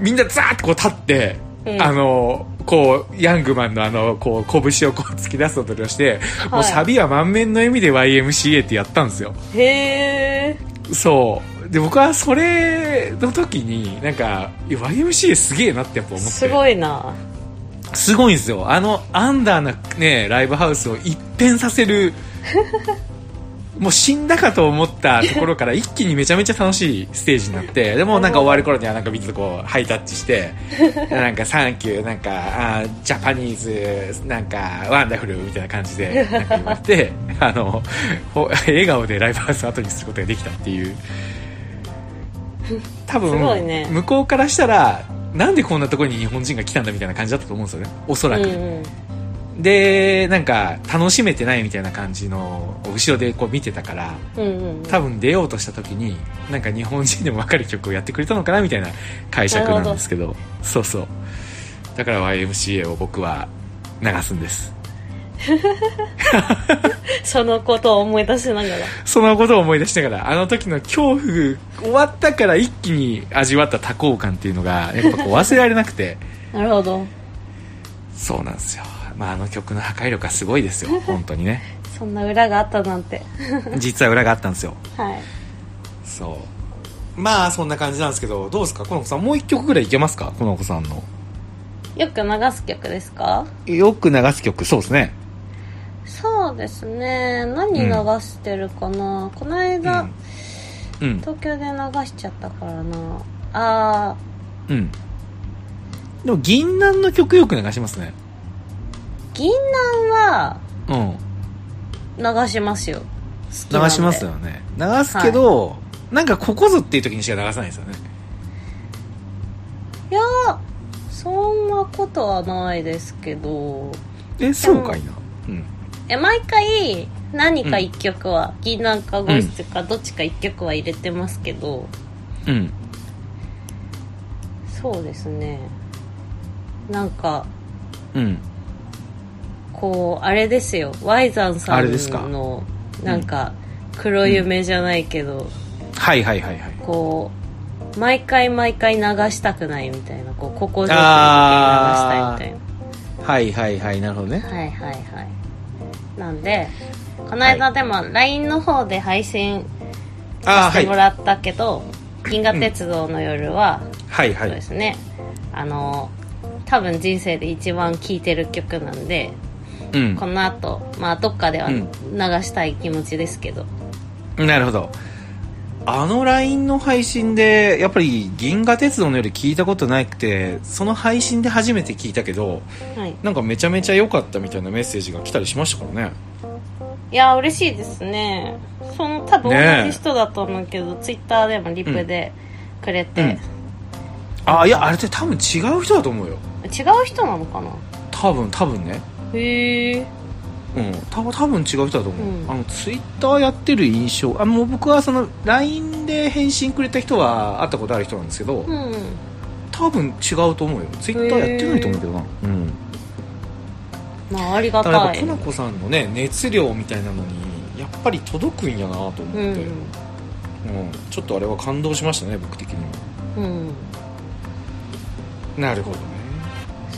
みんなザーッとこう立って、
うん
あのーこう、ヤングマンのあの、こう、拳をこう突き出す音として、もうサビは満面の笑みで YMCA ってやったんですよ。
へえ。
そう。で、僕はそれの時に、なんか、いや YMCA すげえなってやっぱ思って。
すごいな。
すごいんですよあのアンダーな、ね、ライブハウスを一変させ るもう死んだかと思ったところから一気にめちゃめちゃ楽しいステージになってでもなんか終わる頃にはなんかみんなとこうハイタッチしてなんかサンキューなんかあージャパニーズなんかワンダフルみたいな感じでなんか言われてあのほ笑顔でライブハウスを後にすることができたって いう多分
すごいね
向こうからしたらなんでこんなところに日本人が来たんだみたいな感じだったと思うんですよねおそうら
ん
く、
うん。
でなんか楽しめてないみたいな感じのを後ろでこう見てたから
うんうん。
多分出ようとした時になんか日本人でも分かる曲をやってくれたのかなみたいな解釈なんですけどそうそうだから YMCA を僕は流すんです
そのことを思い出しながら。
そのことを思い出しながらあの時の恐怖終わったから一気に味わった多幸感っていうのがやっぱこう忘れられなくて
なるほど。
そうなんですよ、まあ、あの曲の破壊力はすごいです よ本当にね
そんな裏があったなんて。
実は裏があったんですよ
はい。
そうまあそんな感じなんですけどどうですかこの子さんもう一曲ぐらいいけますかこの子さんの
よく流す曲ですか
よく流す曲そうですね
そうですね。何流してるかな、この間、
うん
東京で流しちゃったからな。あー、
うんでも銀杏の曲よく流しますね
銀杏は
うん
流しますよ。好きなんで
流しますよね流すけど、なんかここぞっていう時にしか流さないですよね
いやそんなことはないですけど。
えそうかいなうん
え、毎回、何か一曲は、銀杏かゴイスかどっちか一曲は入れてますけど、
うん
そうですね。なんか、
うん
こう、あれですよ。ワイザンさ
あれですか
んの、なんか、黒夢じゃないけど、
はいはいはいはい
こう、毎回毎回流したくないみたいな、こう、ここぞという時に流
あ
した
ー
いみ
はいはいはいなるほどね
たいな。はいはいはい。なんで、この間でも LINE の方で配信
ああ
し
は
て
い
もらったけど、銀河鉄道の夜は、
はいは
そうで
い
すね、あの、多分人生で一番聴いてる曲なんで、
うん
この後、まあどっかでは
う
流
ん
したい気持ちですけど。
なるほどあの LINE の配信でやっぱり「銀河鉄道の夜」聞いたことなくてその配信で初めて聞いたけど
はい。
なんかめちゃめちゃ良かったみたいなメッセージが来たりしましたからね
いやー嬉しいですねその多分
ねえ
同じ人だと思うけど、ツイッターでもリプでくれて、
うんあいやあれって多分違う人だと思うよ
違う人なのかな
多分多分ね
へえ
うん多分多分違う人だと思う、
うん
あのツイッターやってる印象あもう僕はその LINE で返信くれた人は会ったことある人なんですけど、
うん
多分違うと思うよツイッターやってないと思うけどな、うん
まあありが
だからや
た
っぱ
い
きなこさんのね熱量みたいなのにやっぱり届くんやなと思って、
うん
うん、ちょっとあれは感動しましたね僕的にも
うん
なるほどね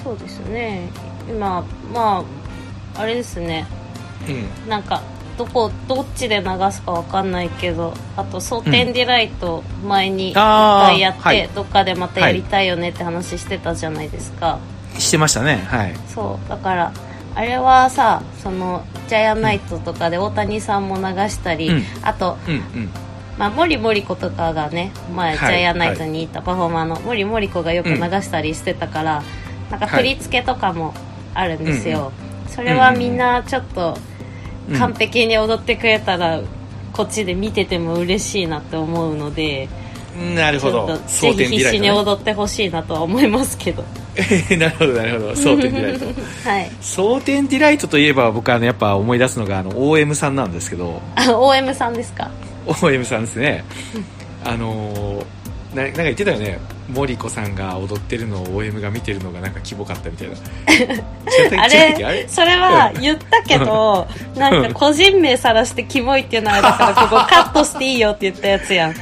そうですね今まああれですね
うん
なんかどこどっちで流すかわかんないけどあと「蒼天ディライト」前に一
あー
回やって、
はい
どっかでまたやりたいよねって話してたじゃないですか、
してましたねはい
そうだからあれはさそのジャイアンナイトとかで大谷さんも流したり、
うん
あと、
うんうん
まあ、森森子とかがね
は
前、
い
ジャイアンナイトにいたパフォーマーの森森子がよく流したりしてたから、なんか振り付けとかもあるんですよ、それはみんなちょっと
うん
完璧に踊ってくれたら、こっちで見てても嬉しいなって思うので
なる
ち
ほ
ょ
ど
っとぜひ必死に
ね
踊ってほしいなとは思います けど
なるほどなるほ ど蒼天ディライト
はい
蒼天ディライトといえば僕あのやっぱ思い出すのがあの OM さんなんですけど
あ OM さんですか
OM さんですねあのーななんか言ってたよね森子さんが踊ってるのを OM が見てるのがなんかキモかったみたいな 違った違ったっけ
あ
あれ
れそれは言ったけどなんか個人名さらしてキモいっていうのはあるからここカットしていいよって言ったやつやん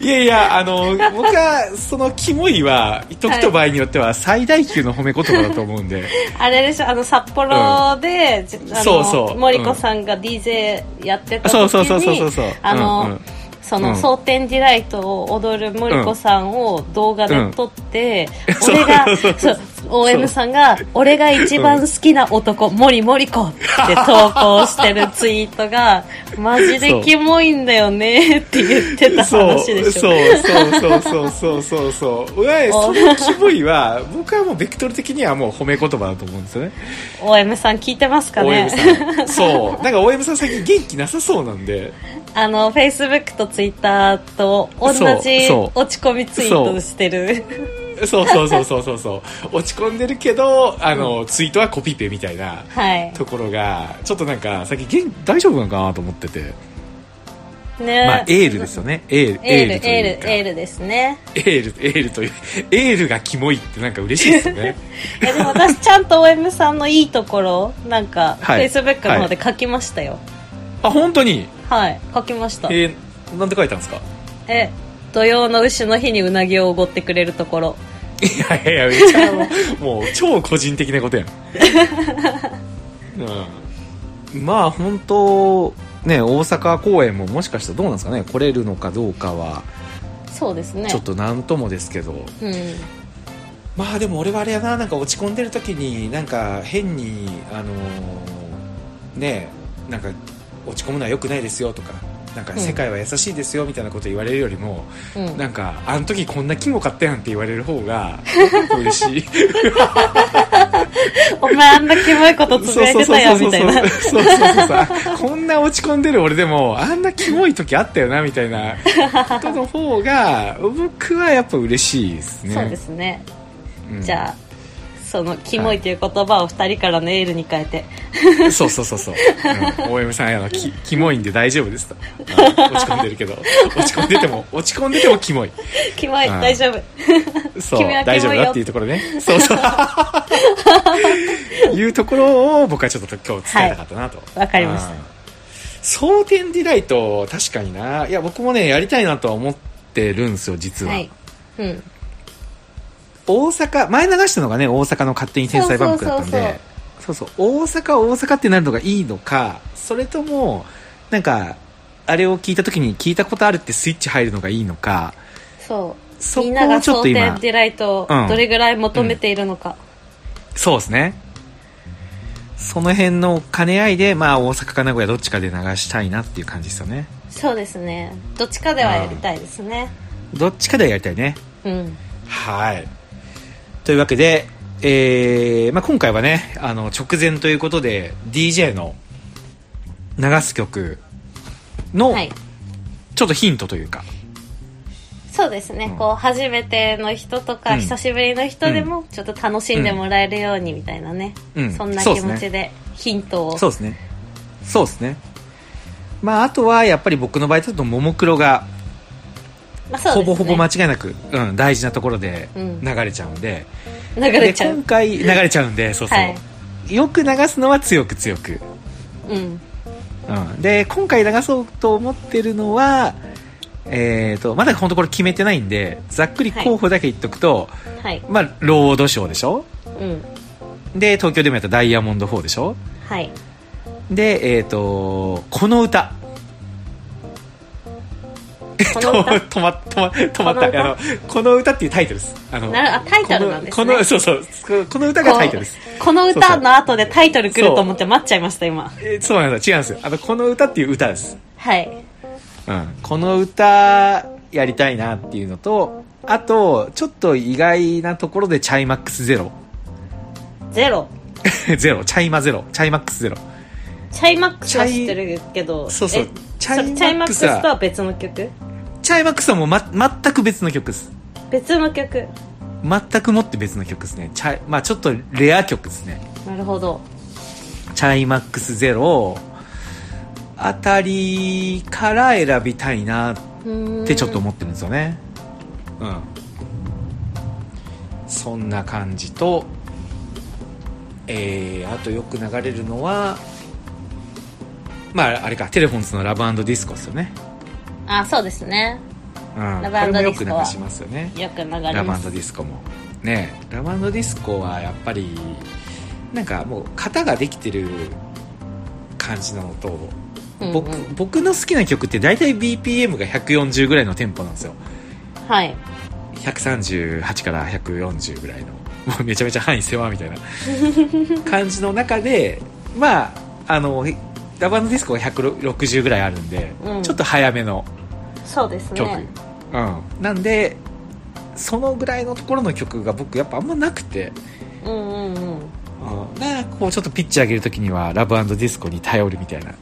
いやいや、あの、僕は、その、キモいは、時と場合によっては、最大級の褒め言葉だと思うん で、
あれでしょあの札幌で、じあの
そうそう
森子さんが DJ やってた時に、
そうそうそうそうそうそう
あの、
うんうん
そうの
ん
蒼天ディライトを踊る森子さんを動画で撮って、
うん
俺が、
そう
そう OM さんが「俺が一番好きな男、森森子」って投稿してるツイートが「マジでキモいんだよね」って言ってた
そう、
話
そう
でしょ
そうそうそうそうそう。うわ、そのキモいは、僕はもう、ベクトル的にはもう褒め言葉だと思うんですよね。
OM さん聞いてますか
OM
ね
さん。そう。なんか OM さん最近元気なさそうなんで、
あの、Facebook と Twitter と同じ
そうそう
落ち込みツイートしてる。
そうそうそうそうそうそう。落ち込んでるけど、あの、ツイートはコピペみたいな
はい。
ところが、ちょっとなんか、最近元、大丈夫なのかなと思ってて。
ね、
まあ、エールですよね。エール、
エール、
という
エー
か
ル、エールですね。
エール、エールという、エールがキモいってなんか嬉しいですよね。
いやでも私ちゃんと OM さんのいいところ、なんか、
はい
Facebook の方で書きましたよ。
あ、本当に
はい、書きました。え、
えー、なんて書いたんですか
土曜の牛の日にうなぎをおごってくれるところ。
いやいや、めちゃもう、もう 超個人的なことやん。うん、まあ、本当ね、大阪公演ももしかしたらどうなんですかね、来れるのかどうかは、
そうですね。
ちょっとなんともですけど、
うん。
まあでも俺はあれやななんか落ち込んでる時になんか変にあのーねえなんか落ち込むのは良くないですよとかなんか
うん
世界は優しいですよみたいなこと言われるよりも、
うん。
なんかあの時こんなキモかったやんって言われる方がなんか嬉 しい
お前あんなキモいことつぶやいてたやん、みたい
そ
な。
うそうそうそうあこんな落ち込んでる俺でもあんなキモい時あったよなみたいな人の方が僕はやっぱ嬉しいですね
そうですね。
うん
じゃあ、その、キモいという言葉を二人からのエールに変えて。
そうそうそうそう、うん、OM さんあのきキモいんで大丈夫ですと、うん落ち込んでるけど落ち込んでても落ち込んでてもキモい
キモい、
うん
大丈夫。
そう
君はキモいよ
大丈夫だっていうところねそう そういうところを僕はちょっと今日伝えたかったなと
いわかりました
うん蒼天ディライト確かにないや僕もねやりたいなとは思ってるんですよ実は、
はい。うん。
大阪前流したのがね大阪の勝手に天才バンクだったんでそうそう大阪大阪ってなるのがいいのかそれともなんかあれを聞いた時に聞いたことあるってスイッチ入るのがいいのか
そ。
そうこ
みんなが
をちょっと
蒼天
今
ディライトを
うん
どれぐらい求めているのか。
そうですねその辺の兼ね合いで、まあ、大阪か名古屋どっちかで流したいなっていう感じですよね
そうですね。どっちかではやりたいですね。
どっちかではやりたいね
うん。
はい。というわけで、えーまあ、今回はね、あの、直前ということで、DJ の流す曲の、
はい。
ちょっとヒントというか、
そうですね。
うん
こう、初めての人と
う
か、
ん
久しぶりの人でも、ちょっと楽しんでもらえるようにみたいなね。
うん
そんな
そう
気
ですね
持ちでヒントを。
そうですね。そうですね。まあ、あとは、やっぱり僕の場合だと、ももクロが、
まあそ
ほ
うですね
ぼほぼ間違いなく、うん、大事なところで
うん
流れちゃうんで、
流れちゃ
で今
う。
回流れちゃうんで、そうそう。
はい
よく流すのは強く強く。
うん。
うん、で今回流そうと思ってるのはえー、とまだ本当これ決めてないんでざっくり候補だけ言っとくと、
はい
まあ、ロードショーでしょ
うん
で東京でもやったダイヤモンド4でしょ
はい
で、えー、とこの歌
この歌
止ま止ま止まっ
この歌
たあのこの歌っていうタイトルですあの
なるあタイトルなんです
こ
ね
のこのそうそうここの歌がタイトルです
ここの歌の後でタイトル来ると思って待っちゃいました今
えーそうなんですよ違うんですよあのこの歌っていう歌です
はい
うん、この歌やりたいなっていうのとあとちょっと意外なところでチャイマックスゼロ
ゼロ
ゼロチャイマゼロチャイマックスゼロ
チャイマックスは知ってるけど
そうそう
え
チ
チ
ャイマックスは
ャイマックスとは別の曲
チャイマックスはもう、ま、全く別の曲です
別の曲
全くもって別の曲ですねチャイ、まあ、ちょっとレア曲ですね
なるほど
チャイマックスゼロあたりから選びたいなっ
うーん
てちょっと思ってるんですよねうんそんな感じとえー、あとよく流れるのはまああれかテレフォンズのラブディスコですよね
あそうですね
うん
ラブ
これも
デ
よ
ィ
く
ス
流
コは
しますよね
よく流れ
ラ
ま
ブ
す
ディスコもねえラブディスコはやっぱりなんかもう型ができてる感じなのと、僕
うんうん
僕の好きな曲って大体 BPM が140ぐらいのテンポなんですよ
はい
138から140ぐらいのもうめちゃめちゃ範囲狭みたいな 感じの中でまああのラバンドディスコが160ぐらいあるんで、
うん
ちょっと早めの
そうです
曲、
ね
うん、なんでそのぐらいのところの曲が僕やっぱあんまなくて、
うんうんうん
うん、なんかこうちょっとピッチ上げるときにはラブディスコに頼るみたい な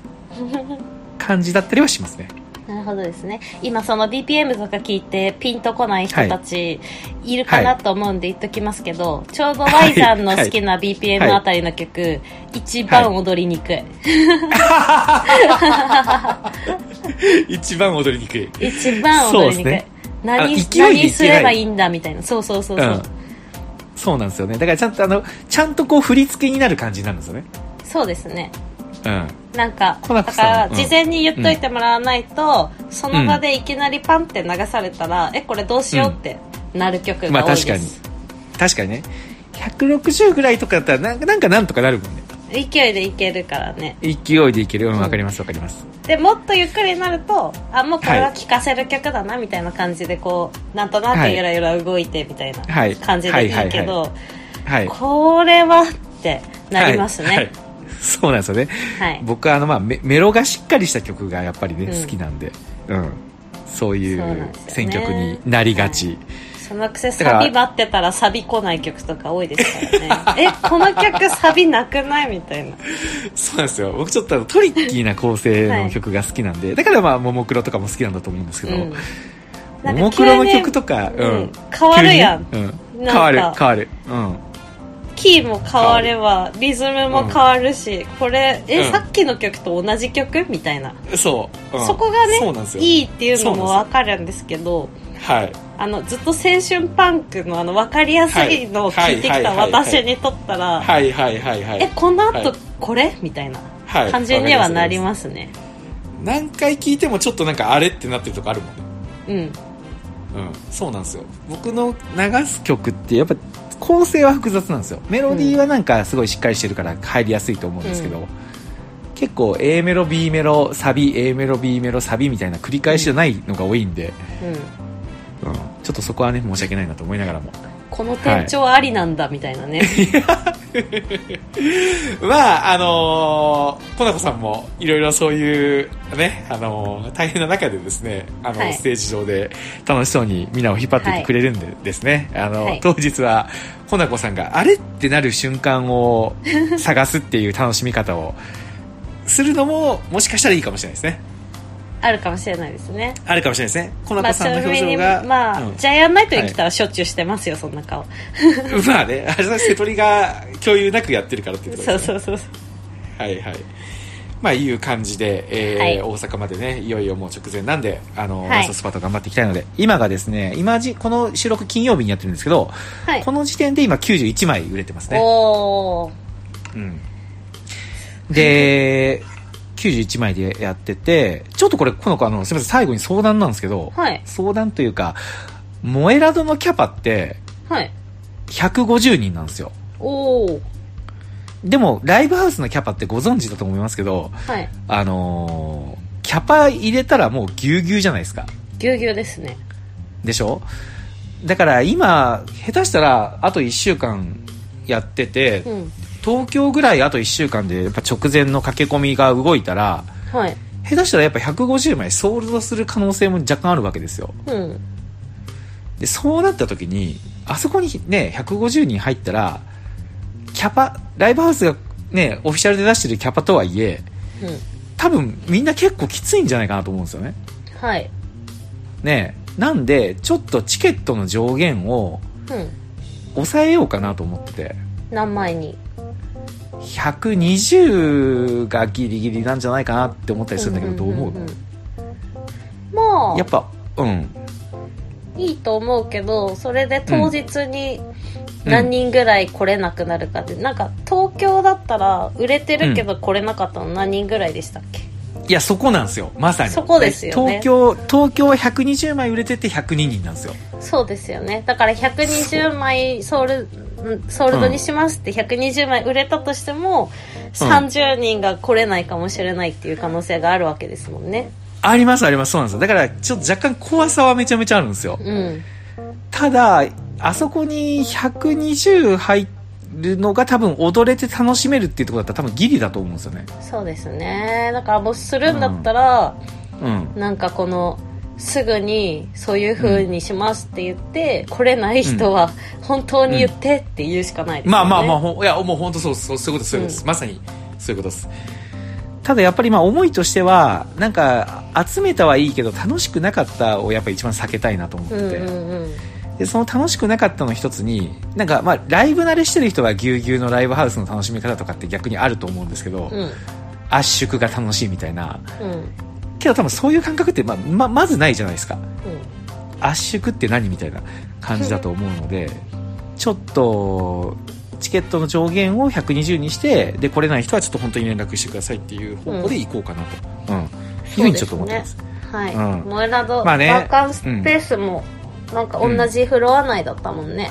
感じだったりはしますね
なるほどですね今その DPM とか聞いてピンとこない人たちいるかなと思うんで言っときますけど、ちょうど Y さんの好きな BPM あたりの曲、一番踊りにくい、
一番踊りにくい
一番踊りに
そう
く
です
い、
ねあの
何
勢いでいけない
何すればいいんだみたいなそうそうそうそう、
うんそうなんですよねだからちゃんとあのちゃんとこう振り付けになる感じになるんですよね
そうですね
うん
なんか
コナ
だ
コ
か
さん
ら
うん
事前に言っといてもらわないと、その場でいきなりパンって流されたら、えこれどうしようってなる曲
まあ
が多い
確か
で
に
す、
確かにね160ぐらいとかだったらなんかなんかなんとかなるもんね
勢いでいけるからね
勢いでいけるうんわかりますわかります
でもっとゆっくりになるとあもうこれは聴かせる曲だなみたいな感じでこうなんとな
は
く
い
ゆらゆら動いてみたいな
はい
感じでい
はいいは
け
いは
ど
はい
これはってなります
はいはい
ね
そうなんですよね
はい
僕はあの、まあ、メメロがしっかりした曲がやっぱりね、
うん
好きなんで、うん、そうい
そうなん
う
ですよ
選
ね
曲になりがち、
そのくせ
だか
サ
ら
ビ待ってたらサビ来ない曲とか多いですからね えこの曲サビなくないみ たいな
そうなんですよ僕ちょっとあのトリッキーな構成
は
の
い
曲が好きなんで、だからまあももクロとかも好きなんだと思うんですけど、
うん
ももクロの曲とか、
急
う
に
ん、
変わるやん
急にねうん、
なん
変わ
か
る変わるうん
キーも変わればリズムも変わるし、これえ、
うん
さっきの曲と同じ曲みたいな
そう、うん
そこが
そうなんです
ね
よ
いいっていうのも
そうなん
わかるんですけど
はい
あのずっと青春パンクのあの分かりやすいのを
はい
聞いてきた
はいはいはいはい
私にとったら、
はいはいはいはい
えこの
は
後
い
これみたいな
はい
感じにはなりますね、
何回聞いてもちょっとなんかあれってなってるとこあるもんね
うん
うん、そうなんですよ僕の流す曲ってやっぱ構成は複雑なんですよメロディーはなんかすごいしっかりしてるから入りやすいと思うんですけど、
う
結構 A メロ B メロサビ A メロ B メロサビみたいな繰り返しじゃないのが多いんで、
うん
うん、ちょっとそこはね申し訳ないなと思いながらも
この店長ありなんだみたいなね、
まああのー、コナコさんもいろいろそういうね、あのー大変な中でですねあの、
はい
ステージ上で楽しそうにみんなを引っ張っていってくれるんでですね、あの
はい
当日はコナコさんがあれってなる瞬間 を探すっていう楽しみ方をするのももしかしたらいいかもしれないですね
あるかもしれないです ね
あるかもしれないですねコナ
ま
コ
あ
さ
ち
んの
なみ
表
に
情が、
まあ、
うん
ジャイアンナイトに来たらしょっちゅうしてますよそんな顔
まあねあれだ瀬戸りが共有なくやってるからっていうところ
そう
ですね
そうそうそう
はいはい。まあいう感じで、えー
はい
大阪までね、いよいよもう直前なんで、あの、
い
ラストスパート頑張っていきたいので、今がですね、今じ、この収録金曜日にやってるんですけど、
はい
この時点で今91枚売れてますね。
おお
うん、で、 91枚でやっててちょっとこれこの子あのすみません最後に相談なんですけど、
はい
相談というか萌えラドのキャパって
はい。
150人なんですよ
おー。
でもライブハウスのキャパってご存知だと思いますけど
はい。
あのーキャパ入れたらもうぎゅうぎゅうじゃないですか
ぎゅうぎゅうですね。
でしょだから今下手したらあと1週間やってて、
うん。
東京ぐらいあと1週間でやっぱ直前の駆け込みが動いたら
はい。
下手したらやっぱ150枚ソールドする可能性も若干あるわけですよ
うん。
でそうなった時にあそこにね150人入ったらキャパライブハウスがねオフィシャルで出してるキャパとはいえ
うん。
多分みんな結構きついんじゃないかなと思うんですよね
はい。
ねなんでちょっとチケットの上限を
うん。
抑えようかなと思ってて
何枚に。
120がギリギリなんじゃないかなって思ったりするんだけどどう思う,、
んんんんまあ
やっぱうん
いいと思うけどそれで当日に何人ぐらい来れなくなるかって、なんか東京だったら売れてるけど来れなかったの何人ぐらいでしたっけ、
いやそこなんですよまさに
そこですよね
東京東京は120枚売れてて102人なんですよ
そうですよねだから120枚ソールんソールドにしますって120枚売れたとしても、30人が来れないかもしれないっていう可能性があるわけですもんね
ありますありますそうなんですよだからちょっと若干怖さはめちゃめちゃあるんですよ
うん
ただあそこに120入るのが多分踊れて楽しめるっていうところだったら多分ギリだと思うんですよね
そうですねだからもしするんだったら、
うん
なんかこのすぐにそういう風にしますって言って、来れない人は本当に言ってって言うしかないです
まあまあまあ
あ
ほんいやもう本当そうそうそういうことですそういうことです、
う
まさにそういうことですただやっぱりまあ思いとしてはなんか集めたはいいけど楽しくなかったをやっぱ一番避けたいなと思って
う
て、
んうんうん
でその楽しくなかったの一つになんかまあライブ慣れしてる人はぎゅうぎゅうのライブハウスの楽しみ方とかって逆にあると思うんですけど、
うん
圧縮が楽しいみたいな
うんうん
けど多分そういう感覚ってまあままずないじゃないですか圧縮って何みたいな感じだと思うのでちょっとチケットの上限を120にしてで来れない人はちょっと本当に連絡してくださいっていう方向で行こうかなと、うんいうふうにちょっと思ってます
はい、
うん
モエラド、
まあね
バーカンスペースもなんか同じフロア内だったもんね、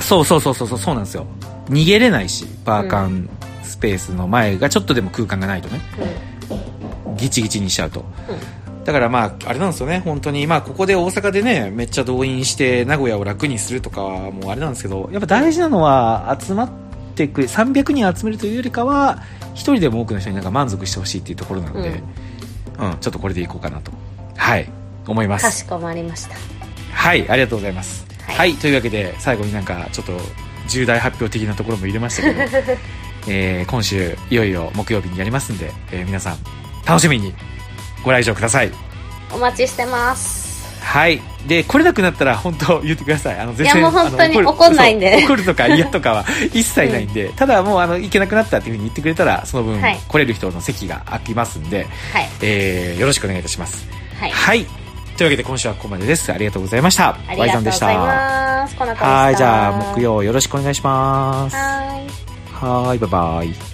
そうそうそうそうそうそうなんですよ逃げれないしバーカンスペースの前がちょっとでも空間がないとね
うん
ギチギチにしちゃうと、だからまああれなんですよね本当にまあここで大阪でねめっちゃ動員して名古屋を楽にするとかもあれなんですけどやっぱ大事なのは集まってくれ300人集めるというよりかは一人でも多くの人になんか満足してほしいっていうところなので、うんちょっとこれでいこうかなとはい思いま
か
す
しこまりました
はいありがとうございますは、
はいい
というわけで最後になんかちょっと重大発表的なところも入れましたけど、えー今週いよいよ木曜日にやりますんで、えー皆さん楽しみにご来場ください
お待ちしてます
はい。で、来れなくなったら本当言ってください。あの、全然。
いやもう本当に
あの
怒んないんで
そう怒るとか嫌とかは 一切ないんで、ただもうあの、行けなくなったっていうふうに言ってくれたら、その分、
はい
来れる人の席が空きますんで、
はい
えー、よろしくお願いいたします。
はい
はい。というわけで今週はここまでです。ありがとうございました。
ありがとうございますこんな感じでした
はい。じゃあ、木曜よろしくお願いします。
はーい
はい、バイバイ。